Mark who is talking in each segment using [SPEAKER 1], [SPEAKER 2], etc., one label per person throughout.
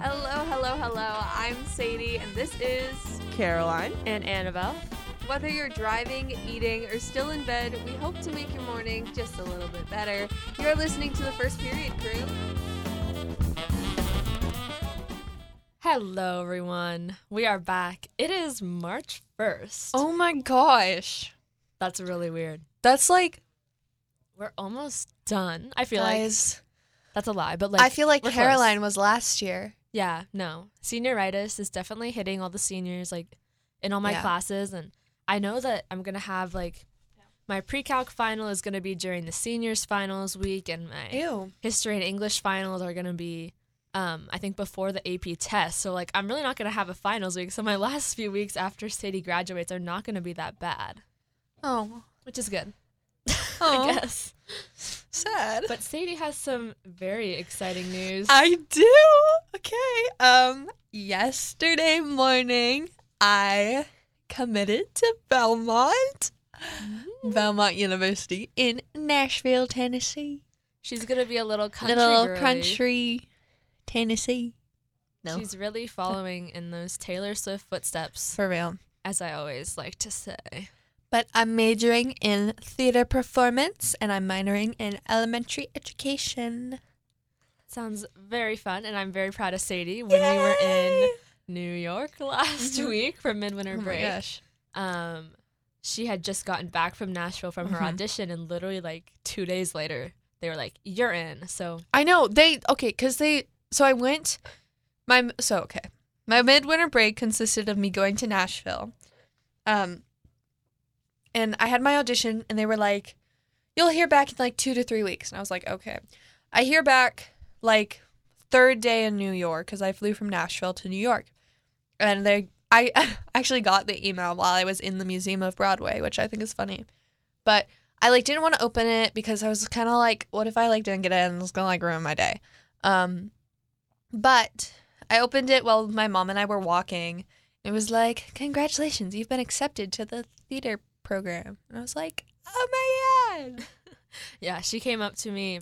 [SPEAKER 1] Hello, hello, hello. I'm Sadie, and this is
[SPEAKER 2] Caroline.
[SPEAKER 3] and Annabelle.
[SPEAKER 1] Whether you're driving, eating, or still in bed, we hope to make your morning just a little bit better. You're listening to the First Period Crew.
[SPEAKER 3] Hello, everyone. We are back. It is March 1st.
[SPEAKER 4] Oh my gosh.
[SPEAKER 3] that's really weird.
[SPEAKER 4] That's like,
[SPEAKER 3] We're almost done. I feel like
[SPEAKER 4] guys.
[SPEAKER 3] that's a lie, but like
[SPEAKER 4] I feel like
[SPEAKER 3] we're close.
[SPEAKER 4] Caroline was last year.
[SPEAKER 3] Yeah, no. Senioritis is definitely hitting all the seniors like in all my
[SPEAKER 4] Yeah.
[SPEAKER 3] classes and I know that I'm going to have like my pre-calc final is going to be during the seniors finals week and my
[SPEAKER 4] Ew.
[SPEAKER 3] history and English finals are going to be, um, I think, before the AP test. So, like, I'm really not going to have a finals week. So, my last few weeks after Sadie graduates are not going to be that bad,
[SPEAKER 4] Oh,
[SPEAKER 3] which is good,
[SPEAKER 4] Aw.
[SPEAKER 3] I guess.
[SPEAKER 4] sad.
[SPEAKER 3] But Sadie has some very exciting news.
[SPEAKER 4] I do. Okay. Um, yesterday morning, I committed to Belmont,
[SPEAKER 3] Mm.
[SPEAKER 4] Belmont University in Nashville, Tennessee.
[SPEAKER 3] She's going to be a little country.
[SPEAKER 4] Little
[SPEAKER 3] girly.
[SPEAKER 4] country, Tennessee. No,
[SPEAKER 3] She's really following in those Taylor Swift footsteps,
[SPEAKER 4] for real.
[SPEAKER 3] as I always like to say.
[SPEAKER 4] But I'm majoring in theater performance and I'm minoring in elementary education.
[SPEAKER 3] Sounds very fun, and I'm very proud of Sadie. When we were in New York last
[SPEAKER 4] Mhm.
[SPEAKER 3] week for midwinter
[SPEAKER 4] Oh my
[SPEAKER 3] break,
[SPEAKER 4] gosh.
[SPEAKER 3] um she had just gotten back from Nashville from her
[SPEAKER 4] Mhm.
[SPEAKER 3] audition and literally like 2 days later they were like you're in so
[SPEAKER 4] I know they okay because they so I went my so okay my midwinter break consisted of me going to Nashville, um, and I had my audition and they were like, you'll hear back in like two to three weeks and I was like okay, I hear back like third day in New York because I flew from Nashville to New York, and they I actually got the email while I was in the Museum of Broadway which I think is funny, but I like didn't want to open it because I was kind of like, what if I like didn't get it and it's gonna like ruin my day. Um, but I opened it while my mom and I were walking. It was like, congratulations, you've been accepted to the theater program. And I was like, oh my god,
[SPEAKER 3] yeah she came up to me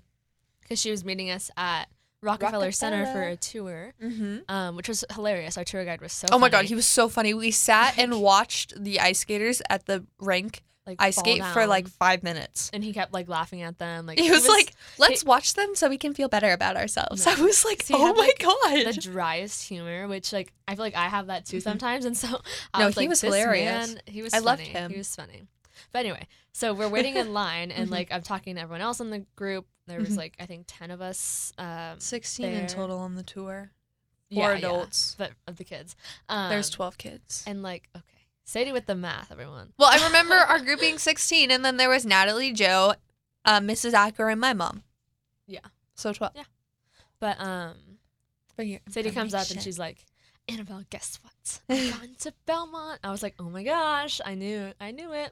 [SPEAKER 3] cuz she was meeting us at Rockefeller, Center for
[SPEAKER 4] Rockefeller.
[SPEAKER 3] a tour
[SPEAKER 4] mm-hmm.
[SPEAKER 3] um which was hilarious our tour guide was so
[SPEAKER 4] oh my god,
[SPEAKER 3] funny.
[SPEAKER 4] he was so funny. We sat and watched the ice skaters at the rink
[SPEAKER 3] like
[SPEAKER 4] ice
[SPEAKER 3] fall
[SPEAKER 4] skate for
[SPEAKER 3] down,
[SPEAKER 4] like five minutes.
[SPEAKER 3] and he kept like laughing at them like
[SPEAKER 4] He was, like, let's watch them so we can feel better about ourselves.
[SPEAKER 3] No.
[SPEAKER 4] I was like,
[SPEAKER 3] So he
[SPEAKER 4] oh
[SPEAKER 3] had,
[SPEAKER 4] my
[SPEAKER 3] like,
[SPEAKER 4] god,
[SPEAKER 3] the driest humor which like I feel like I have that too
[SPEAKER 4] Mhm.
[SPEAKER 3] sometimes and so I
[SPEAKER 4] No,
[SPEAKER 3] was
[SPEAKER 4] he
[SPEAKER 3] like,
[SPEAKER 4] was
[SPEAKER 3] "This
[SPEAKER 4] hilarious.
[SPEAKER 3] man- he was
[SPEAKER 4] I
[SPEAKER 3] funny.
[SPEAKER 4] loved him.
[SPEAKER 3] He was funny. But anyway, so we're waiting in line and
[SPEAKER 4] Mm-hmm.
[SPEAKER 3] like I'm talking to everyone else in the group. There was
[SPEAKER 4] Mhm.
[SPEAKER 3] like I think 10 of us um
[SPEAKER 4] 16
[SPEAKER 3] there.
[SPEAKER 4] in total on the tour.
[SPEAKER 3] yeah,
[SPEAKER 4] Four
[SPEAKER 3] yeah,
[SPEAKER 4] adults.
[SPEAKER 3] but of the kids. Um,
[SPEAKER 4] There's 12 kids.
[SPEAKER 3] And like okay. Sadie with the math, everyone.
[SPEAKER 4] well, I remember our group being 16, and then there was Natalie, Joe, uh, Mrs. Acker, and my mom.
[SPEAKER 3] Yeah.
[SPEAKER 4] So 12.
[SPEAKER 3] But um
[SPEAKER 4] For your
[SPEAKER 3] Sadie comes up and
[SPEAKER 4] information.
[SPEAKER 3] she's like, Annabelle, guess what? I've gone to Belmont. I was like, oh my gosh, I knew it. I knew it.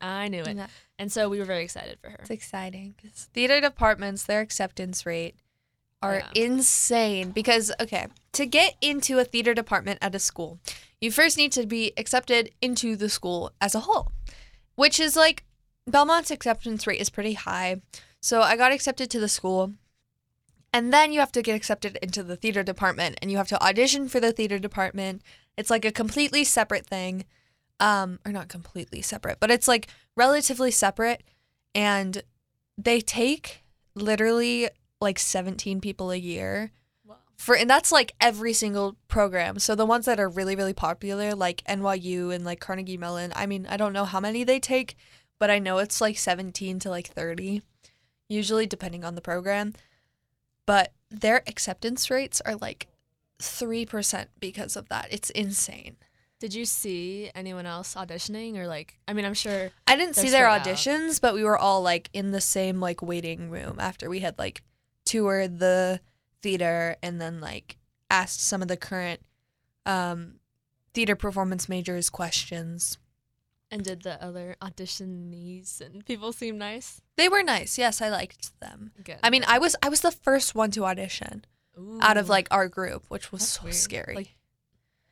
[SPEAKER 3] I knew it.
[SPEAKER 4] Yeah.
[SPEAKER 3] And so we were very excited for her.
[SPEAKER 4] It's exciting. 'cause theater departments, their acceptance rate are
[SPEAKER 3] Yeah.
[SPEAKER 4] insane. Because, okay, to get into a theater department at a school, you first need to be accepted into the school as a whole, which is like Belmont's acceptance rate is pretty high. So I got accepted to the school. And then you have to get accepted into the theater department and you have to audition for the theater department. It's like a completely separate thing. Um, or not completely separate, but it's like relatively separate. And they take literally like 17 people a year
[SPEAKER 3] Wow.
[SPEAKER 4] for and that's like every single program so the ones that are really really popular like nyu and like carnegie mellon i mean i don't know how many they take but i know it's like 17 to like 30 usually depending on the program but their acceptance rates are like 3% because of that it's insane
[SPEAKER 3] Did you see anyone else auditioning or like? I mean, I'm sure.
[SPEAKER 4] i didn't
[SPEAKER 3] They're
[SPEAKER 4] see their
[SPEAKER 3] spread
[SPEAKER 4] auditions but we were all like in the same like waiting room after we had like toured the theater and then like asked some of the current um theater performance majors questions
[SPEAKER 3] And did the other auditionees and people seem nice?
[SPEAKER 4] they were nice yes i liked them
[SPEAKER 3] Good.
[SPEAKER 4] i mean i was i was the first one to audition out of like our group which was
[SPEAKER 3] That's
[SPEAKER 4] so
[SPEAKER 3] weird.
[SPEAKER 4] scary
[SPEAKER 3] Like,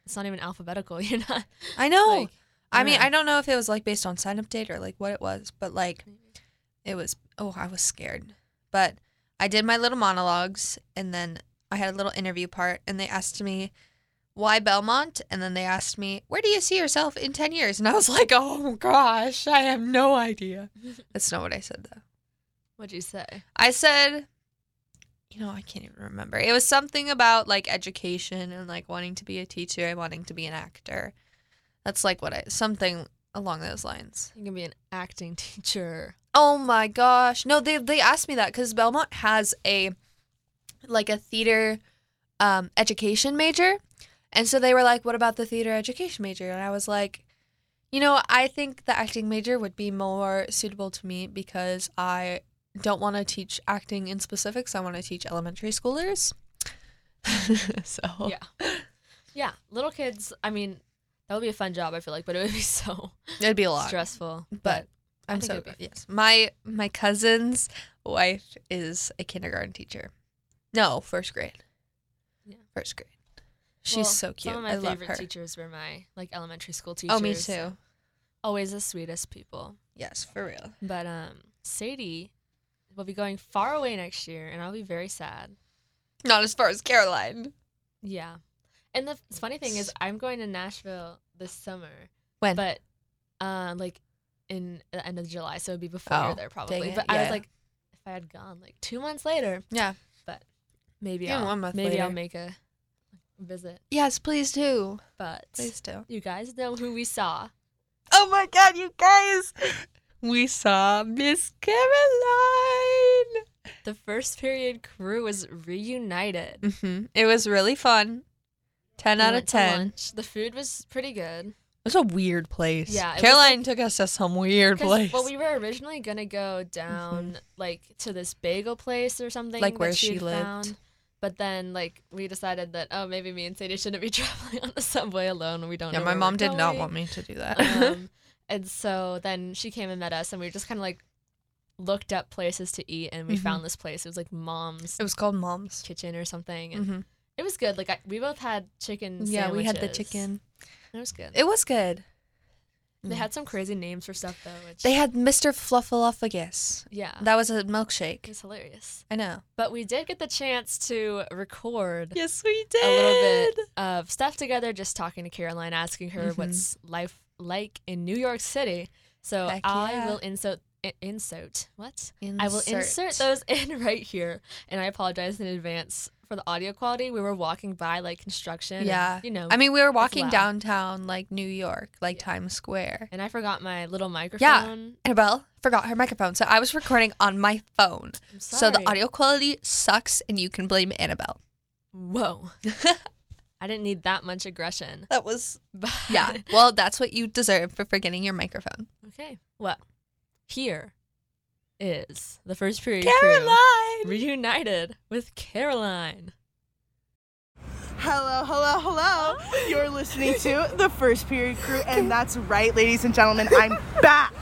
[SPEAKER 3] it's not even alphabetical. You're not.
[SPEAKER 4] i know
[SPEAKER 3] like,
[SPEAKER 4] i mean
[SPEAKER 3] yeah.
[SPEAKER 4] i don't know if it was like based on sign up date or like what it was but like it was oh i was scared but i did my little monologues and then I had a little interview part, and they asked me why Belmont, and then they asked me where do you see yourself in ten years, and I was like, oh gosh, I have no idea. That's not what I said though.
[SPEAKER 3] What'd you say?
[SPEAKER 4] I said, you know, I can't even remember. It was something about like education and like wanting to be a teacher and wanting to be an actor. That's like what I something along those lines.
[SPEAKER 3] You can be an acting teacher.
[SPEAKER 4] Oh my gosh. No, they they asked me that because Belmont has a like a theater um, education major. And so they were like, What about the theater education major? And I was like, you know, I think the acting major would be more suitable to me because I don't want to teach acting in specifics. I want to teach elementary schoolers. so
[SPEAKER 3] Yeah. Yeah, little kids. I mean, that would be a fun job. I feel like, but it would be so
[SPEAKER 4] it'd be a lot.
[SPEAKER 3] stressful.
[SPEAKER 4] but I'm
[SPEAKER 3] think
[SPEAKER 4] so
[SPEAKER 3] it'd be
[SPEAKER 4] yes. My my cousin's wife is a kindergarten teacher. No, first grade.
[SPEAKER 3] Yeah.
[SPEAKER 4] First grade. She's
[SPEAKER 3] well,
[SPEAKER 4] so cute.
[SPEAKER 3] Some of my
[SPEAKER 4] I
[SPEAKER 3] favorite
[SPEAKER 4] love her.
[SPEAKER 3] teachers were my like elementary school teachers.
[SPEAKER 4] oh, me too.
[SPEAKER 3] Always the sweetest people.
[SPEAKER 4] Yes, for real.
[SPEAKER 3] But um, Sadie will be going far away next year, and I'll be very sad.
[SPEAKER 4] Not as far as Caroline.
[SPEAKER 3] Yeah. And the f- funny thing is, I'm going to Nashville this summer,
[SPEAKER 4] When?
[SPEAKER 3] but uh, like in the end of July, so it'd be before
[SPEAKER 4] Oh,
[SPEAKER 3] you're there probably.
[SPEAKER 4] it.
[SPEAKER 3] But I
[SPEAKER 4] Yeah.
[SPEAKER 3] was like, if I had gone like two months later,
[SPEAKER 4] yeah.
[SPEAKER 3] maybe
[SPEAKER 4] Even
[SPEAKER 3] I'll
[SPEAKER 4] one month
[SPEAKER 3] maybe I'll
[SPEAKER 4] later.
[SPEAKER 3] make a visit.
[SPEAKER 4] Yes, please do.
[SPEAKER 3] But
[SPEAKER 4] Please do.
[SPEAKER 3] you guys know who we saw.
[SPEAKER 4] Oh my god, you guys. We saw Miss Caroline.
[SPEAKER 3] The first period crew was reunited.
[SPEAKER 4] hmm It was really fun. 10
[SPEAKER 3] We
[SPEAKER 4] out of
[SPEAKER 3] went to
[SPEAKER 4] 10. It
[SPEAKER 3] lunch. The food was pretty good.
[SPEAKER 4] was a weird place.
[SPEAKER 3] Yeah, it was
[SPEAKER 4] Caroline took us to some weird
[SPEAKER 3] 'Cause,
[SPEAKER 4] place. Mm-hmm.
[SPEAKER 3] Well, we were originally gonna go down like to this bagel place or something,
[SPEAKER 4] Like
[SPEAKER 3] that
[SPEAKER 4] where she
[SPEAKER 3] had
[SPEAKER 4] lived.
[SPEAKER 3] found. But then, like, we decided that oh, maybe me and Sadie shouldn't be traveling on the subway alone. We don't.
[SPEAKER 4] Yeah,
[SPEAKER 3] know
[SPEAKER 4] my
[SPEAKER 3] where
[SPEAKER 4] mom
[SPEAKER 3] we're
[SPEAKER 4] did not
[SPEAKER 3] going.
[SPEAKER 4] want me to do that.
[SPEAKER 3] um, and so then she came and met us, and we just kind of like looked up places to eat, and we
[SPEAKER 4] Mhm.
[SPEAKER 3] found this place. It was like Mom's
[SPEAKER 4] it was called Mom's.
[SPEAKER 3] Kitchen or something, and
[SPEAKER 4] hmm
[SPEAKER 3] it was good. Like I, we both had chicken.
[SPEAKER 4] Yeah, we had the
[SPEAKER 3] sandwiches.
[SPEAKER 4] chicken.
[SPEAKER 3] It was good.
[SPEAKER 4] It was good.
[SPEAKER 3] they had some crazy names for stuff though. Which,
[SPEAKER 4] They had Mr. Fluffaluffagus.
[SPEAKER 3] yeah,
[SPEAKER 4] That was a
[SPEAKER 3] it
[SPEAKER 4] milkshake.
[SPEAKER 3] was hilarious.
[SPEAKER 4] I know.
[SPEAKER 3] But we did get the chance to record
[SPEAKER 4] Yes, we
[SPEAKER 3] a little bit of stuff together, just talking to Caroline, asking her
[SPEAKER 4] Mhm.
[SPEAKER 3] what's life like in New York City. So
[SPEAKER 4] Heck
[SPEAKER 3] I
[SPEAKER 4] yeah.
[SPEAKER 3] will insert, i- insert what? I will insert those in right here. And I apologize in advance for the audio quality. We were walking by like construction. and,
[SPEAKER 4] Yeah.
[SPEAKER 3] you know,
[SPEAKER 4] I mean, we were walking
[SPEAKER 3] loud.
[SPEAKER 4] downtown, like New York, like
[SPEAKER 3] Yeah.
[SPEAKER 4] Times Square.
[SPEAKER 3] and I forgot my little microphone.
[SPEAKER 4] Annabelle forgot her microphone, so I was recording on my phone.
[SPEAKER 3] I'm
[SPEAKER 4] So the
[SPEAKER 3] sorry.
[SPEAKER 4] audio quality sucks, and you can blame Annabelle.
[SPEAKER 3] Whoa. I didn't need that much aggression.
[SPEAKER 4] That was.
[SPEAKER 3] But
[SPEAKER 4] Yeah. well, that's what you deserve for forgetting your microphone.
[SPEAKER 3] Okay. Well, here is the first period crew
[SPEAKER 4] Caroline!
[SPEAKER 3] reunited with Caroline.
[SPEAKER 2] Hello, hello, hello. You're listening to the First Period Crew, and that's right, ladies and gentlemen, I'm back.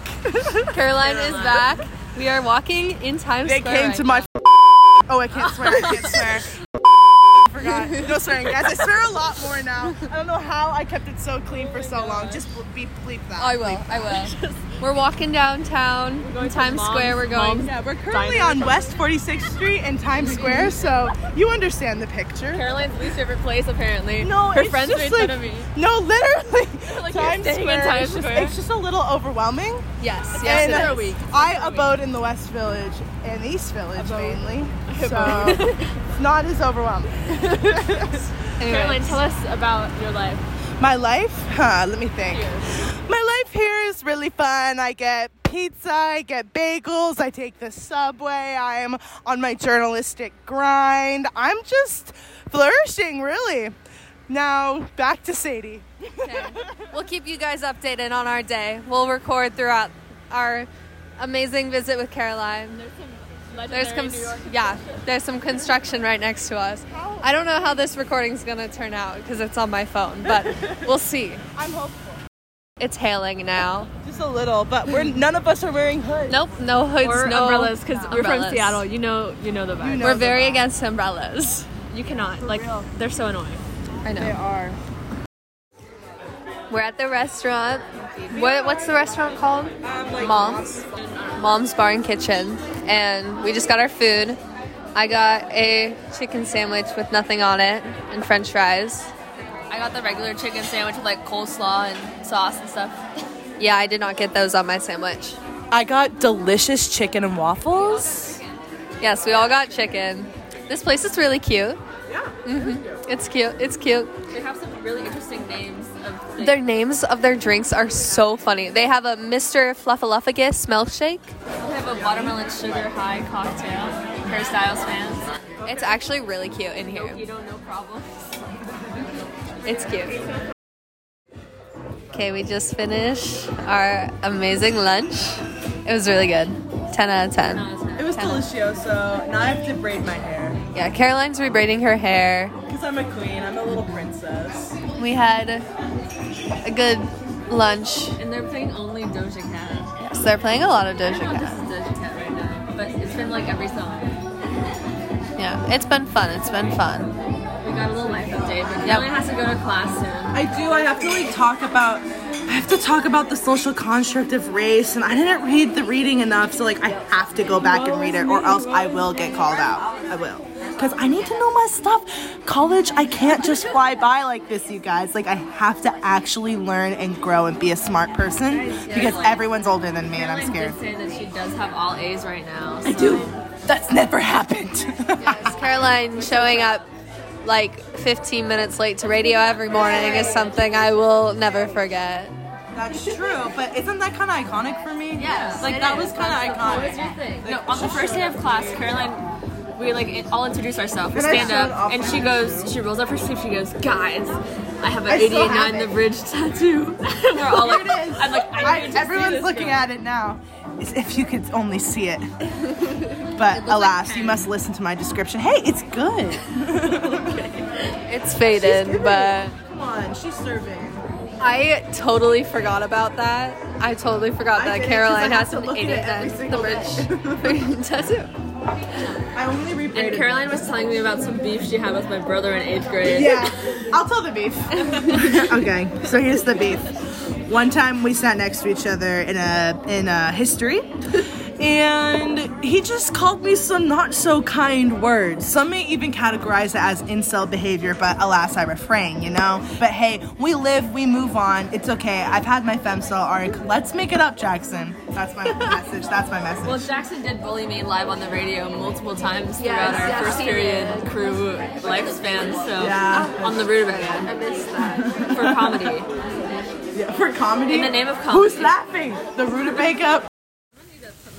[SPEAKER 4] Caroline is back. We are walking in Times
[SPEAKER 2] They
[SPEAKER 4] Square.
[SPEAKER 2] came
[SPEAKER 4] right
[SPEAKER 2] to
[SPEAKER 4] now.
[SPEAKER 2] my. oh, I can't swear. I can't swear. Forgot. No swearing, guys. I swear a lot more now. I don't know how I kept it so clean for so long. Just bleep, bleep that.
[SPEAKER 4] I will. I will. We're walking downtown in Times Square. We're going.
[SPEAKER 2] Yeah, we're currently on West 46th Street in Times Square, so you understand the picture.
[SPEAKER 3] Caroline's least favorite place, apparently.
[SPEAKER 2] No,
[SPEAKER 3] her
[SPEAKER 2] it's
[SPEAKER 3] friends made
[SPEAKER 2] just like,
[SPEAKER 3] fun of me.
[SPEAKER 2] No, literally.
[SPEAKER 3] Like, you're
[SPEAKER 2] Times
[SPEAKER 3] staying in
[SPEAKER 2] Square.
[SPEAKER 3] Times
[SPEAKER 2] it's, just,
[SPEAKER 3] Square.
[SPEAKER 2] it's just a little overwhelming.
[SPEAKER 4] Yes. Yes.
[SPEAKER 2] and
[SPEAKER 4] it
[SPEAKER 2] uh,
[SPEAKER 4] is.
[SPEAKER 2] I abode in the West Village and East Village mainly, so it's not as overwhelming.
[SPEAKER 4] Anyway.
[SPEAKER 3] tell us about your life.
[SPEAKER 2] My life, huh? Let me think. My life here is really fun. I get pizza, I get bagels, I take the subway. I'm on my journalistic grind. I'm just flourishing, really. Now back to Sadie.
[SPEAKER 4] We'll keep you guys updated on our day. We'll record throughout our amazing visit with Caroline. There's some yeah, there's some construction right next to us. I don't know how this recording's gonna turn out because it's on my phone, but we'll see.
[SPEAKER 2] I'm hopeful.
[SPEAKER 4] It's hailing now.
[SPEAKER 2] Just a little, but we're none of us are wearing hoods.
[SPEAKER 4] Nope, no hoods,
[SPEAKER 3] Or
[SPEAKER 4] no
[SPEAKER 3] umbrellas, because we're from
[SPEAKER 4] umbrellas.
[SPEAKER 3] Seattle. You know, you know the vibe. You,
[SPEAKER 2] know.
[SPEAKER 4] We're very against umbrellas.
[SPEAKER 3] cannot. Like, they're so annoying.
[SPEAKER 4] I
[SPEAKER 2] They
[SPEAKER 4] know.
[SPEAKER 2] are.
[SPEAKER 4] We're at the restaurant. What what's the restaurant called?
[SPEAKER 2] Um,
[SPEAKER 4] Mom's. Mom's Bar and Kitchen. And we just got our food. I got a chicken sandwich with nothing on it and french fries.
[SPEAKER 3] I got the regular chicken sandwich with like coleslaw and sauce and stuff.
[SPEAKER 4] Yeah, I did not get those on my sandwich.
[SPEAKER 5] I got delicious chicken and waffles.
[SPEAKER 4] Yes, we all got chicken. This place is really cute. Yeah. hmm It's cute. It's cute.
[SPEAKER 3] They have some really interesting names of things.
[SPEAKER 4] Their names of their drinks are so funny. They have a Mr. Fluffaluffagus milkshake.
[SPEAKER 3] They have a watermelon sugar high cocktail. Hairstyles fans.
[SPEAKER 4] It's actually really cute in here.
[SPEAKER 3] Keto, no problem.
[SPEAKER 4] It's cute. Okay, we just finished our amazing lunch. It was really good. 10 out of 10.
[SPEAKER 2] It was delicioso. Now I have to braid my hair.
[SPEAKER 4] Yeah, Caroline's rebraiding her hair.
[SPEAKER 2] Because I'm a queen, I'm a little princess.
[SPEAKER 4] We had a good lunch.
[SPEAKER 3] And they're playing only Doja Cat.
[SPEAKER 4] So they're playing a lot of Doja
[SPEAKER 3] I don't know if this
[SPEAKER 4] Cat.
[SPEAKER 3] is Doja Cat right now, but it's been like every song.
[SPEAKER 4] Yeah, it's been fun. It's been fun.
[SPEAKER 3] We got a little life update, but Caroline has to go to class soon.
[SPEAKER 2] I do. I have to like talk about. I have to talk about the social construct of race, and I didn't read the reading enough, so like I have to go back and read it, or else I will get called out. I will, because I need to know my stuff. College, I can't just fly by like this, you guys. Like I have to actually learn and grow and be a smart person, because everyone's older than me, and I'm scared.
[SPEAKER 3] Caroline did say that she does have all A's right now.
[SPEAKER 2] I do. That's never happened.
[SPEAKER 4] It's Caroline showing up like 15 minutes late to radio every morning is something I will never forget.
[SPEAKER 2] That's true, but isn't that kind of iconic for me?
[SPEAKER 3] Yes,
[SPEAKER 2] Like
[SPEAKER 3] it
[SPEAKER 2] that
[SPEAKER 3] is.
[SPEAKER 2] was kind of
[SPEAKER 3] What was
[SPEAKER 2] iconic.
[SPEAKER 3] your thing? No, on the first day of class, Caroline, we like in- all introduce ourselves, we stand
[SPEAKER 2] showed off
[SPEAKER 3] up, and
[SPEAKER 2] my
[SPEAKER 3] she goes, she rolls up her sleeve, she goes, guys. I have an
[SPEAKER 2] I still have
[SPEAKER 3] 889 The Bridge tattoo. and we're all like,
[SPEAKER 2] Here it is.
[SPEAKER 3] I'm like, I need to see
[SPEAKER 2] everyone's
[SPEAKER 3] this
[SPEAKER 2] looking
[SPEAKER 3] girl.
[SPEAKER 2] at it now. It's if you could only see it. But alas, you must listen to my description. Hey, it's good.
[SPEAKER 4] It's faded, but
[SPEAKER 2] Come on, she's serving.
[SPEAKER 4] I totally forgot about that. I totally forgot
[SPEAKER 2] I
[SPEAKER 4] that
[SPEAKER 2] did it 'cause
[SPEAKER 4] Caroline
[SPEAKER 2] I have
[SPEAKER 4] has
[SPEAKER 2] to
[SPEAKER 4] an
[SPEAKER 2] look at it every
[SPEAKER 4] 889 The
[SPEAKER 2] single
[SPEAKER 4] Bridge tattoo.
[SPEAKER 2] I only rebraided.
[SPEAKER 3] And Caroline was telling me about some beef she had with my brother in eighth grade.
[SPEAKER 2] Yeah, I'll tell the beef. okay, so here's the beef. One time we sat next to each other in a in a history, and he just called me some not so kind words. Some may even categorize it as incel behavior, but alas, I refrain. You know. But hey, we live, we move on. It's okay. I've had my femcel arc. Let's make it up, Jackson. That's my message. That's my message.
[SPEAKER 3] Well, Jackson did bully me live on the radio multiple times throughout
[SPEAKER 4] Yes,
[SPEAKER 3] our
[SPEAKER 4] yes,
[SPEAKER 3] first
[SPEAKER 4] he
[SPEAKER 3] period crew lifespan. So
[SPEAKER 2] Yeah.
[SPEAKER 3] on the rutabaga
[SPEAKER 4] I missed that.
[SPEAKER 3] for comedy.
[SPEAKER 2] Yeah, for comedy.
[SPEAKER 3] In the name of
[SPEAKER 2] Who's
[SPEAKER 3] comedy.
[SPEAKER 2] laughing? The rutabaga.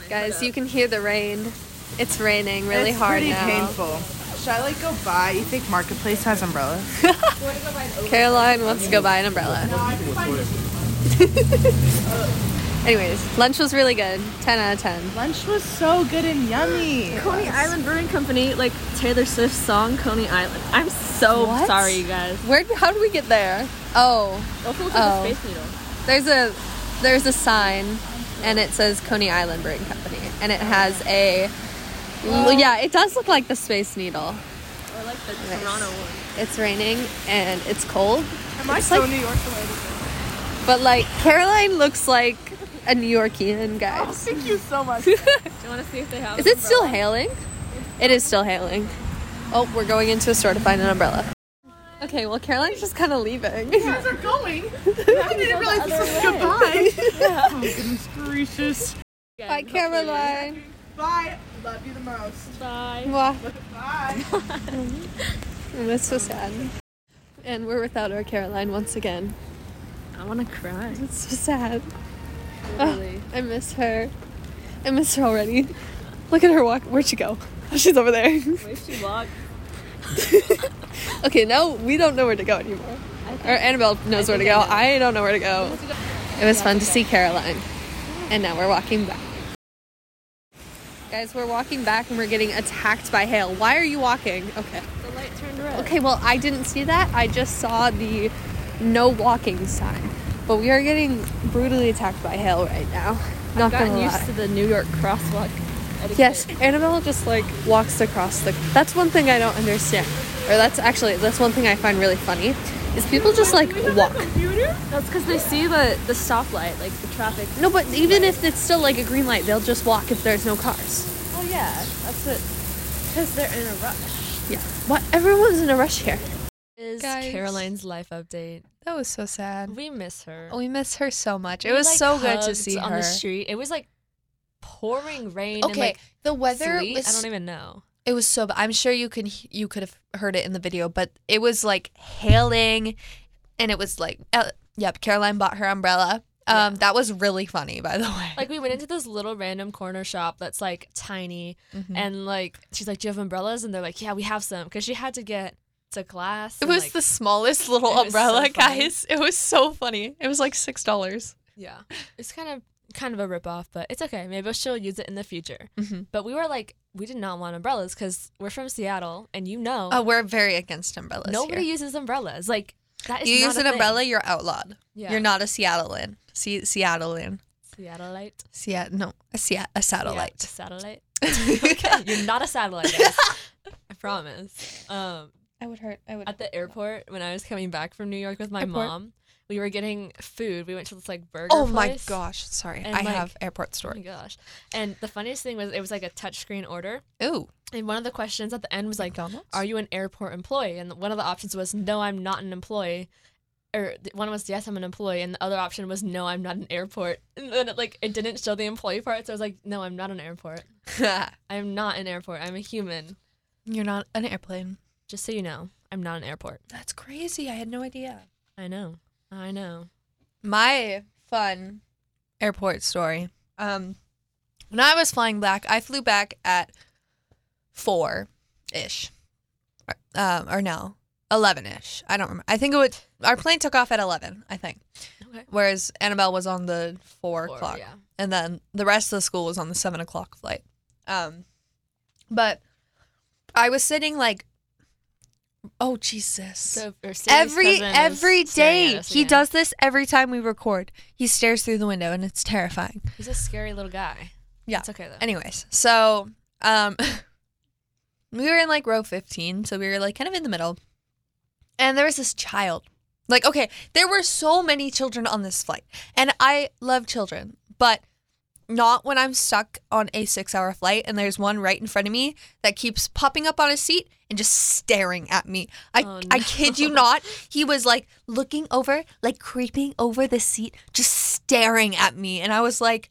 [SPEAKER 4] Guys, you can hear the rain. It's raining really
[SPEAKER 2] it's
[SPEAKER 4] hard
[SPEAKER 2] pretty
[SPEAKER 4] now.
[SPEAKER 2] painful. Should I like go buy? You think Marketplace has umbrellas?
[SPEAKER 4] Caroline wants to go buy an umbrella. Anyways, lunch was really good. 10 out of 10.
[SPEAKER 2] Lunch was so good and yummy.
[SPEAKER 3] Coney Island Brewing Company, like Taylor Swift's song Coney Island. I'm so
[SPEAKER 4] What?
[SPEAKER 3] sorry, you guys.
[SPEAKER 4] Where how did we get there? Oh,
[SPEAKER 3] Also looks
[SPEAKER 4] Oh.
[SPEAKER 3] like a space needle.
[SPEAKER 4] there's a there's a sign and it says Coney Island Brewing Company and it has a l- yeah, it does look like the Space Needle.
[SPEAKER 3] Or like the
[SPEAKER 4] Nice.
[SPEAKER 3] Toronto one.
[SPEAKER 4] It's raining and it's cold,
[SPEAKER 2] Am I
[SPEAKER 4] It's
[SPEAKER 2] so
[SPEAKER 4] like-
[SPEAKER 2] New York related?
[SPEAKER 4] but like Caroline looks like a New Yorkian, guys.
[SPEAKER 2] Oh, Thank you so much.
[SPEAKER 3] Do you want to see if they have
[SPEAKER 4] Is it still hailing? It is still hailing. Oh, we're going into a store to find an umbrella. Okay, well Caroline's just kind of leaving.
[SPEAKER 2] They're going. I didn't realize this was goodbye. Oh goodness gracious.
[SPEAKER 4] Bye, Caroline.
[SPEAKER 2] Bye. Love you the most.
[SPEAKER 4] Mwah.
[SPEAKER 2] Bye.
[SPEAKER 4] Oh, That's so sad. And we're without our Caroline once again.
[SPEAKER 3] I want to cry.
[SPEAKER 4] It's so sad. Ah, I miss her. I miss her already. Look at her walk. Where'd she go? Oh, she's over there.
[SPEAKER 3] Where she walked.
[SPEAKER 4] okay, now we don't know where to go anymore. Or Annabelle knows where to go. I don't know where to go. It was fun to see Caroline. And now we're walking back. Guys, we're walking back and we're getting attacked by hail. Why are you walking? Okay.
[SPEAKER 3] The light turned red.
[SPEAKER 4] Okay, well, I didn't see that. I just saw Ah, the no walking sign. But we are getting brutally attacked by hail right now. Not gonna
[SPEAKER 3] Gotten used
[SPEAKER 4] lie.
[SPEAKER 3] to the New York crosswalk. etiquette.
[SPEAKER 4] Yes, Annabelle just like walks across the. That's one thing I don't understand. Or that's actually that's one thing I find really funny is people just like walk.
[SPEAKER 3] That's because they see the the stoplight, like the traffic.
[SPEAKER 4] No, but even if it's still like a green light, they'll just walk if there's no cars.
[SPEAKER 3] Oh yeah, that's it.
[SPEAKER 6] Because they're in a rush. Yeah. What? Everyone's in a rush here.
[SPEAKER 3] Is
[SPEAKER 4] Guys.
[SPEAKER 3] Caroline's life update.
[SPEAKER 4] That was so sad.
[SPEAKER 3] We miss her.
[SPEAKER 4] We miss her so much. Oh, It
[SPEAKER 3] We,
[SPEAKER 4] was
[SPEAKER 3] like,
[SPEAKER 4] so good to
[SPEAKER 3] hugged
[SPEAKER 4] see
[SPEAKER 3] on
[SPEAKER 4] her.
[SPEAKER 3] the street. It was like pouring rain.
[SPEAKER 4] Okay,
[SPEAKER 3] and, like,
[SPEAKER 4] the weather
[SPEAKER 3] sleet.
[SPEAKER 4] was
[SPEAKER 3] I don't even know.
[SPEAKER 4] it was so bad. I'm sure you can he- you could have heard it in the video, but it was like hailing, and it was like uh, yep. Caroline bought her umbrella. Um, that was really funny, by the way.
[SPEAKER 3] Like we went into this little random corner shop that's like tiny,
[SPEAKER 4] Mhm.
[SPEAKER 3] and like she's like, "Do you have umbrellas?" And they're like, "Yeah, we have some," because she had to get to class.
[SPEAKER 4] it
[SPEAKER 3] and,
[SPEAKER 4] was
[SPEAKER 3] like-
[SPEAKER 4] the smallest
[SPEAKER 3] it
[SPEAKER 4] little
[SPEAKER 3] was so
[SPEAKER 4] umbrella,
[SPEAKER 3] funny.
[SPEAKER 4] guys. It was so funny. It was like six dollars.
[SPEAKER 3] yeah. It's kind of kind of a ripoff, but it's okay. Maybe she'll use it in the future.
[SPEAKER 4] Mhm.
[SPEAKER 3] But we were like, we did not want umbrellas because we're from Seattle, and you know,
[SPEAKER 4] Oh, we're very against umbrellas.
[SPEAKER 3] nobody
[SPEAKER 4] here.
[SPEAKER 3] uses umbrellas. Like that is
[SPEAKER 4] you
[SPEAKER 3] not
[SPEAKER 4] use
[SPEAKER 3] a
[SPEAKER 4] an
[SPEAKER 3] thing.
[SPEAKER 4] umbrella, you're outlawed.
[SPEAKER 3] Yeah.
[SPEAKER 4] You're not a Seattlean. Se- Seattlean.
[SPEAKER 3] Seattleite.
[SPEAKER 4] Seattle. No, a, Seat- a
[SPEAKER 3] Yeah,
[SPEAKER 4] satellite.
[SPEAKER 3] satellite. Okay, You're not a satellite. guys. I promise. Um,
[SPEAKER 4] I would hurt. I would.
[SPEAKER 3] at the airport, when I was coming back from New York with my
[SPEAKER 4] Airport.
[SPEAKER 3] mom, we were getting food. We went to this like burger.
[SPEAKER 4] Oh my
[SPEAKER 3] place.
[SPEAKER 4] gosh! Sorry,
[SPEAKER 3] And,
[SPEAKER 4] I
[SPEAKER 3] like-
[SPEAKER 4] have airport
[SPEAKER 3] Oh my
[SPEAKER 4] story.
[SPEAKER 3] gosh! And the funniest thing was it was like a touchscreen order,
[SPEAKER 4] Ooh,
[SPEAKER 3] and one of the questions at the end was like,
[SPEAKER 4] McDonald's?
[SPEAKER 3] "Are you an airport employee?" And one of the options was, "No, I'm not an employee." Or th- one was, "Yes, I'm an employee," and the other option was, "No, I'm not an airport." And then it, like it didn't show the employee part, so I was like, "No, I'm not an airport. I'm not an airport. I'm a human."
[SPEAKER 4] you're not an airplane.
[SPEAKER 3] Just so you know, I'm not an airport.
[SPEAKER 4] That's crazy. I had no idea.
[SPEAKER 3] I know. I know.
[SPEAKER 4] My fun airport story. Um, when I was flying back, I flew back at four ish, um, or no, eleven ish. I don't remember. I think it would. Our plane took off at eleven. I think.
[SPEAKER 3] Okay.
[SPEAKER 4] Whereas Annabelle was on the four,
[SPEAKER 3] Four,
[SPEAKER 4] o'clock,
[SPEAKER 3] yeah.
[SPEAKER 4] and then the rest of the school was on the seven o'clock flight. Um, but I was sitting like, oh Jesus!
[SPEAKER 3] So or Siri's
[SPEAKER 4] every
[SPEAKER 3] cousin is
[SPEAKER 4] every
[SPEAKER 3] staring
[SPEAKER 4] day
[SPEAKER 3] at us
[SPEAKER 4] he
[SPEAKER 3] again.
[SPEAKER 4] does this every time we record. He stares through the window, and it's terrifying.
[SPEAKER 3] He's a scary little guy.
[SPEAKER 4] Yeah.
[SPEAKER 3] It's okay though.
[SPEAKER 4] Anyways, so um we were in like row 15, so we were like kind of in the middle. And there was this child. Like okay, there were so many children on this flight. And I love children, but not when I'm stuck on a 6-hour flight and there's one right in front of me that keeps popping up on his seat and just staring at me. I
[SPEAKER 3] Oh,
[SPEAKER 4] I kid you not. He was like looking over, like creeping over the seat, just staring at me and I was like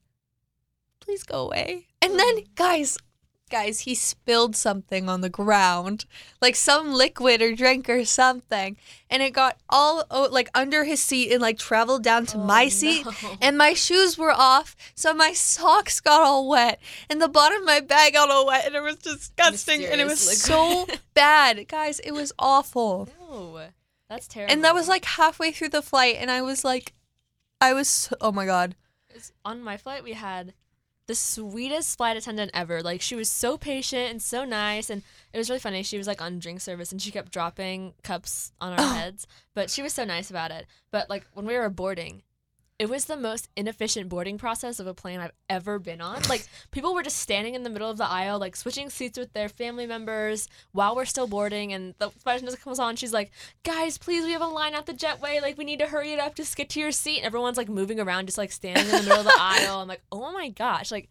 [SPEAKER 4] please go away. And then, guys, guys, he spilled something on the ground, like some liquid or drink or something, and it got all o like under his seat and like traveled down
[SPEAKER 3] Oh,
[SPEAKER 4] to my seat. And my shoes were off, so my socks got all wet, and the bottom of my bag got all wet, and it was disgusting, and it was
[SPEAKER 3] Mysterious
[SPEAKER 4] so bad, guys. It was awful.
[SPEAKER 3] No. That's terrible.
[SPEAKER 4] And that was like halfway through the flight, and I was like, I was, so- oh my god.
[SPEAKER 3] It's- on my flight we had the sweetest flight attendant ever like she was so patient and so nice and it was really funny she was like on drink service and she kept dropping cups on our heads but she was so nice about it but like when we were boarding it was the most inefficient boarding process of a plane I've ever been on. Like people were just standing in the middle of the aisle, like switching seats with their family members while we're still boarding. And the flight attendant comes on, she's like, "Guys, please, we have a line out the jetway. Like we need to hurry it up. Just get to your seat." And everyone's like moving around, just like standing in the middle of the aisle. I'm like, "Oh my gosh!" Like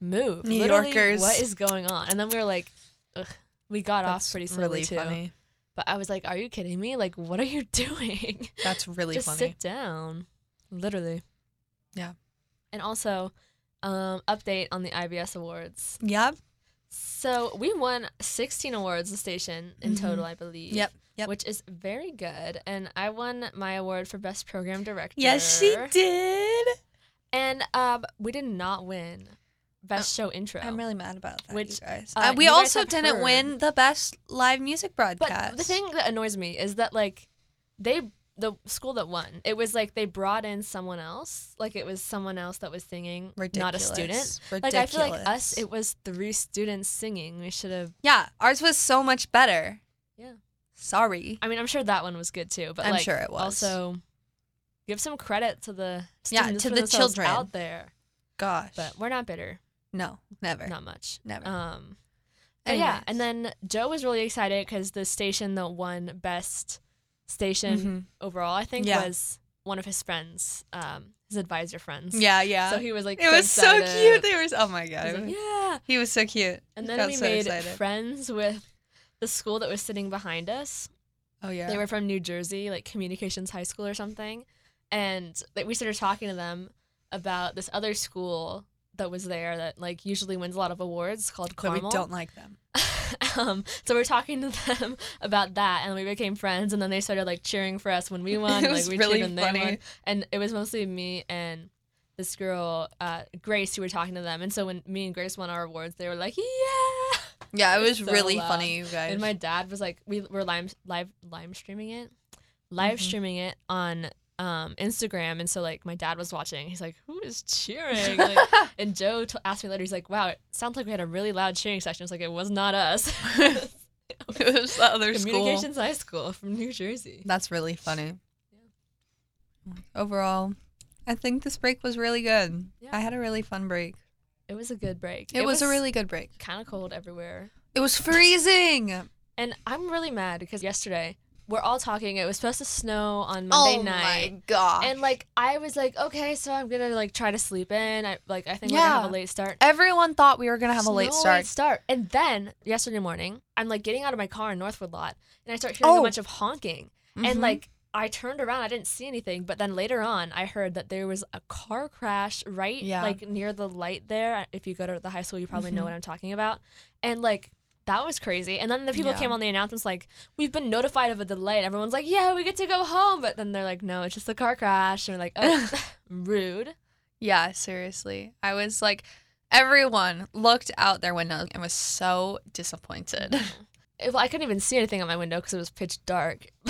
[SPEAKER 3] move,
[SPEAKER 4] New
[SPEAKER 3] Literally,
[SPEAKER 4] Yorkers.
[SPEAKER 3] What is going on? And then we were like, Ugh. we got off pretty slowly too. But I was like, "Are you kidding me? Like what are you doing?"
[SPEAKER 4] That's really
[SPEAKER 3] just
[SPEAKER 4] funny.
[SPEAKER 3] sit down literally
[SPEAKER 4] Yeah.
[SPEAKER 3] and also um update on the ibs awards
[SPEAKER 4] Yeah.
[SPEAKER 3] so we won 16 awards the station in total i believe
[SPEAKER 4] Mm-hmm. Yep. Yep.
[SPEAKER 3] which is very good and i won my award for best program director
[SPEAKER 4] Yes, she did.
[SPEAKER 3] and um we did not win
[SPEAKER 4] Uh,
[SPEAKER 3] best show intro
[SPEAKER 4] I'm really mad about that,
[SPEAKER 3] Which,
[SPEAKER 4] you guys.
[SPEAKER 3] uh,
[SPEAKER 4] Uh, we
[SPEAKER 3] you guys
[SPEAKER 4] also
[SPEAKER 3] have
[SPEAKER 4] didn't
[SPEAKER 3] heard.
[SPEAKER 4] win the best live music
[SPEAKER 3] But
[SPEAKER 4] broadcast.
[SPEAKER 3] the thing that annoys me is that like they the school that won, it was like they brought in someone else. Like it was someone else that was singing, not a student.
[SPEAKER 4] Ridiculous.
[SPEAKER 3] Like I feel like
[SPEAKER 4] Ridiculous.
[SPEAKER 3] us, it was three students singing. We should have.
[SPEAKER 4] yeah, ours was so much better.
[SPEAKER 3] Yeah.
[SPEAKER 4] Sorry.
[SPEAKER 3] I mean, I'm sure that one was good too, but
[SPEAKER 4] I'm
[SPEAKER 3] like,
[SPEAKER 4] sure it was.
[SPEAKER 3] Also, give some credit to the
[SPEAKER 4] Yeah,
[SPEAKER 3] students
[SPEAKER 4] to
[SPEAKER 3] for
[SPEAKER 4] the
[SPEAKER 3] themselves
[SPEAKER 4] children.
[SPEAKER 3] out there.
[SPEAKER 4] Gosh.
[SPEAKER 3] But we're not bitter,
[SPEAKER 4] no, never.
[SPEAKER 3] not much.
[SPEAKER 4] Never.
[SPEAKER 3] Um, But yeah,
[SPEAKER 4] Anyways.
[SPEAKER 3] and then Joe was really excited because the station that won best station overall, I think,
[SPEAKER 4] Mm-hmm. Yeah.
[SPEAKER 3] was one of his friends, um, his advisor friends.
[SPEAKER 4] Mm-hmm. Yeah, yeah.
[SPEAKER 3] So he was like,
[SPEAKER 4] it was so cute.
[SPEAKER 3] excited.
[SPEAKER 4] They were. Oh my
[SPEAKER 3] He
[SPEAKER 4] god.
[SPEAKER 3] was like, yeah.
[SPEAKER 4] He was so cute.
[SPEAKER 3] And then
[SPEAKER 4] Got
[SPEAKER 3] we
[SPEAKER 4] so
[SPEAKER 3] made
[SPEAKER 4] excited.
[SPEAKER 3] friends with the school that was sitting behind us.
[SPEAKER 4] Oh yeah.
[SPEAKER 3] They were from New Jersey, like Communications High School or something. And like we started talking to them about this other school that was there that like usually wins a lot of awards called
[SPEAKER 4] but we
[SPEAKER 3] Carmel.
[SPEAKER 4] don't like them.
[SPEAKER 3] um, so we we're talking to them about that, and we became friends. And then they started like cheering for us when we won.
[SPEAKER 4] It was
[SPEAKER 3] like, we
[SPEAKER 4] really
[SPEAKER 3] cheered when
[SPEAKER 4] funny.
[SPEAKER 3] They won. And it was mostly me and this girl, uh, Grace, who were talking to them. And so when me and Grace won our awards, they were like, "Yeah!"
[SPEAKER 4] Yeah, it was
[SPEAKER 3] so
[SPEAKER 4] really
[SPEAKER 3] loud.
[SPEAKER 4] funny, you guys.
[SPEAKER 3] And my dad was like, "We were live live live streaming it, live
[SPEAKER 4] Mm-hmm.
[SPEAKER 3] streaming it on." Um, Instagram, and so like my dad was watching. He's like, "Who is cheering?" Like, and Joe t- asked me later. He's like, "Wow, it sounds like we had a really loud cheering session." I was like, "It was not us."
[SPEAKER 4] it was the other school.
[SPEAKER 3] Communications High School from New Jersey.
[SPEAKER 4] That's really funny. Overall, I think this break was really good.
[SPEAKER 3] Yeah.
[SPEAKER 4] I had a really fun break.
[SPEAKER 3] It was a good break.
[SPEAKER 4] It, was, a really good break.
[SPEAKER 3] kind of cold everywhere.
[SPEAKER 4] It was freezing.
[SPEAKER 3] And I'm really mad because yesterday we're all talking. It was supposed to snow on Monday
[SPEAKER 4] oh
[SPEAKER 3] night.
[SPEAKER 4] my god.
[SPEAKER 3] And like I was like, okay, so I'm gonna like try to sleep in. I like I think we're
[SPEAKER 4] Yeah.
[SPEAKER 3] gonna have a late start.
[SPEAKER 4] everyone thought we were gonna have a late
[SPEAKER 3] Snow
[SPEAKER 4] start.
[SPEAKER 3] start. And then yesterday morning, I'm like getting out of my car in Northwood Lot, and I start hearing a
[SPEAKER 4] Oh. Mm-hmm.
[SPEAKER 3] bunch of honking. And like I turned around, I didn't see anything. But then later on, I heard that there was a car crash right,
[SPEAKER 4] Yeah. Mm-hmm.
[SPEAKER 3] like near the light there. If you go to the high school, you probably know what I'm talking about. And like. That was crazy. And then the people
[SPEAKER 4] Yeah.
[SPEAKER 3] came on the announcements like, we've been notified of a delay. And everyone's like, yeah, we get to go home. But then they're like, no, it's just a car crash. And we're like, oh, rude.
[SPEAKER 4] Yeah, seriously. I was like, everyone looked out their window and was so disappointed.
[SPEAKER 3] Well, I couldn't even see anything out my window because it was pitch dark.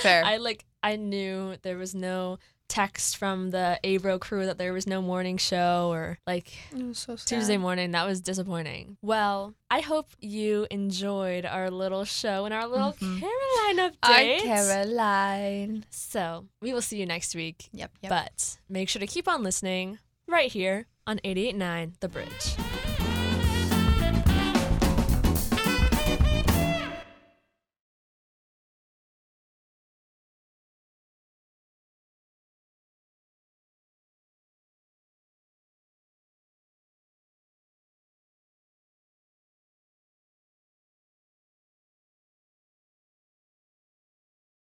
[SPEAKER 4] Fair.
[SPEAKER 3] I like I knew there was no text from the Abro crew that there was no morning show or like
[SPEAKER 4] It was so sad.
[SPEAKER 3] Tuesday morning. That was disappointing. Well, I hope you enjoyed our little show and our little Caroline
[SPEAKER 4] Mm-hmm. Our
[SPEAKER 3] update.
[SPEAKER 4] Caroline.
[SPEAKER 3] So we will see you next week.
[SPEAKER 4] Yep, yep.
[SPEAKER 3] But make sure to keep on listening right here on 889 The Bridge.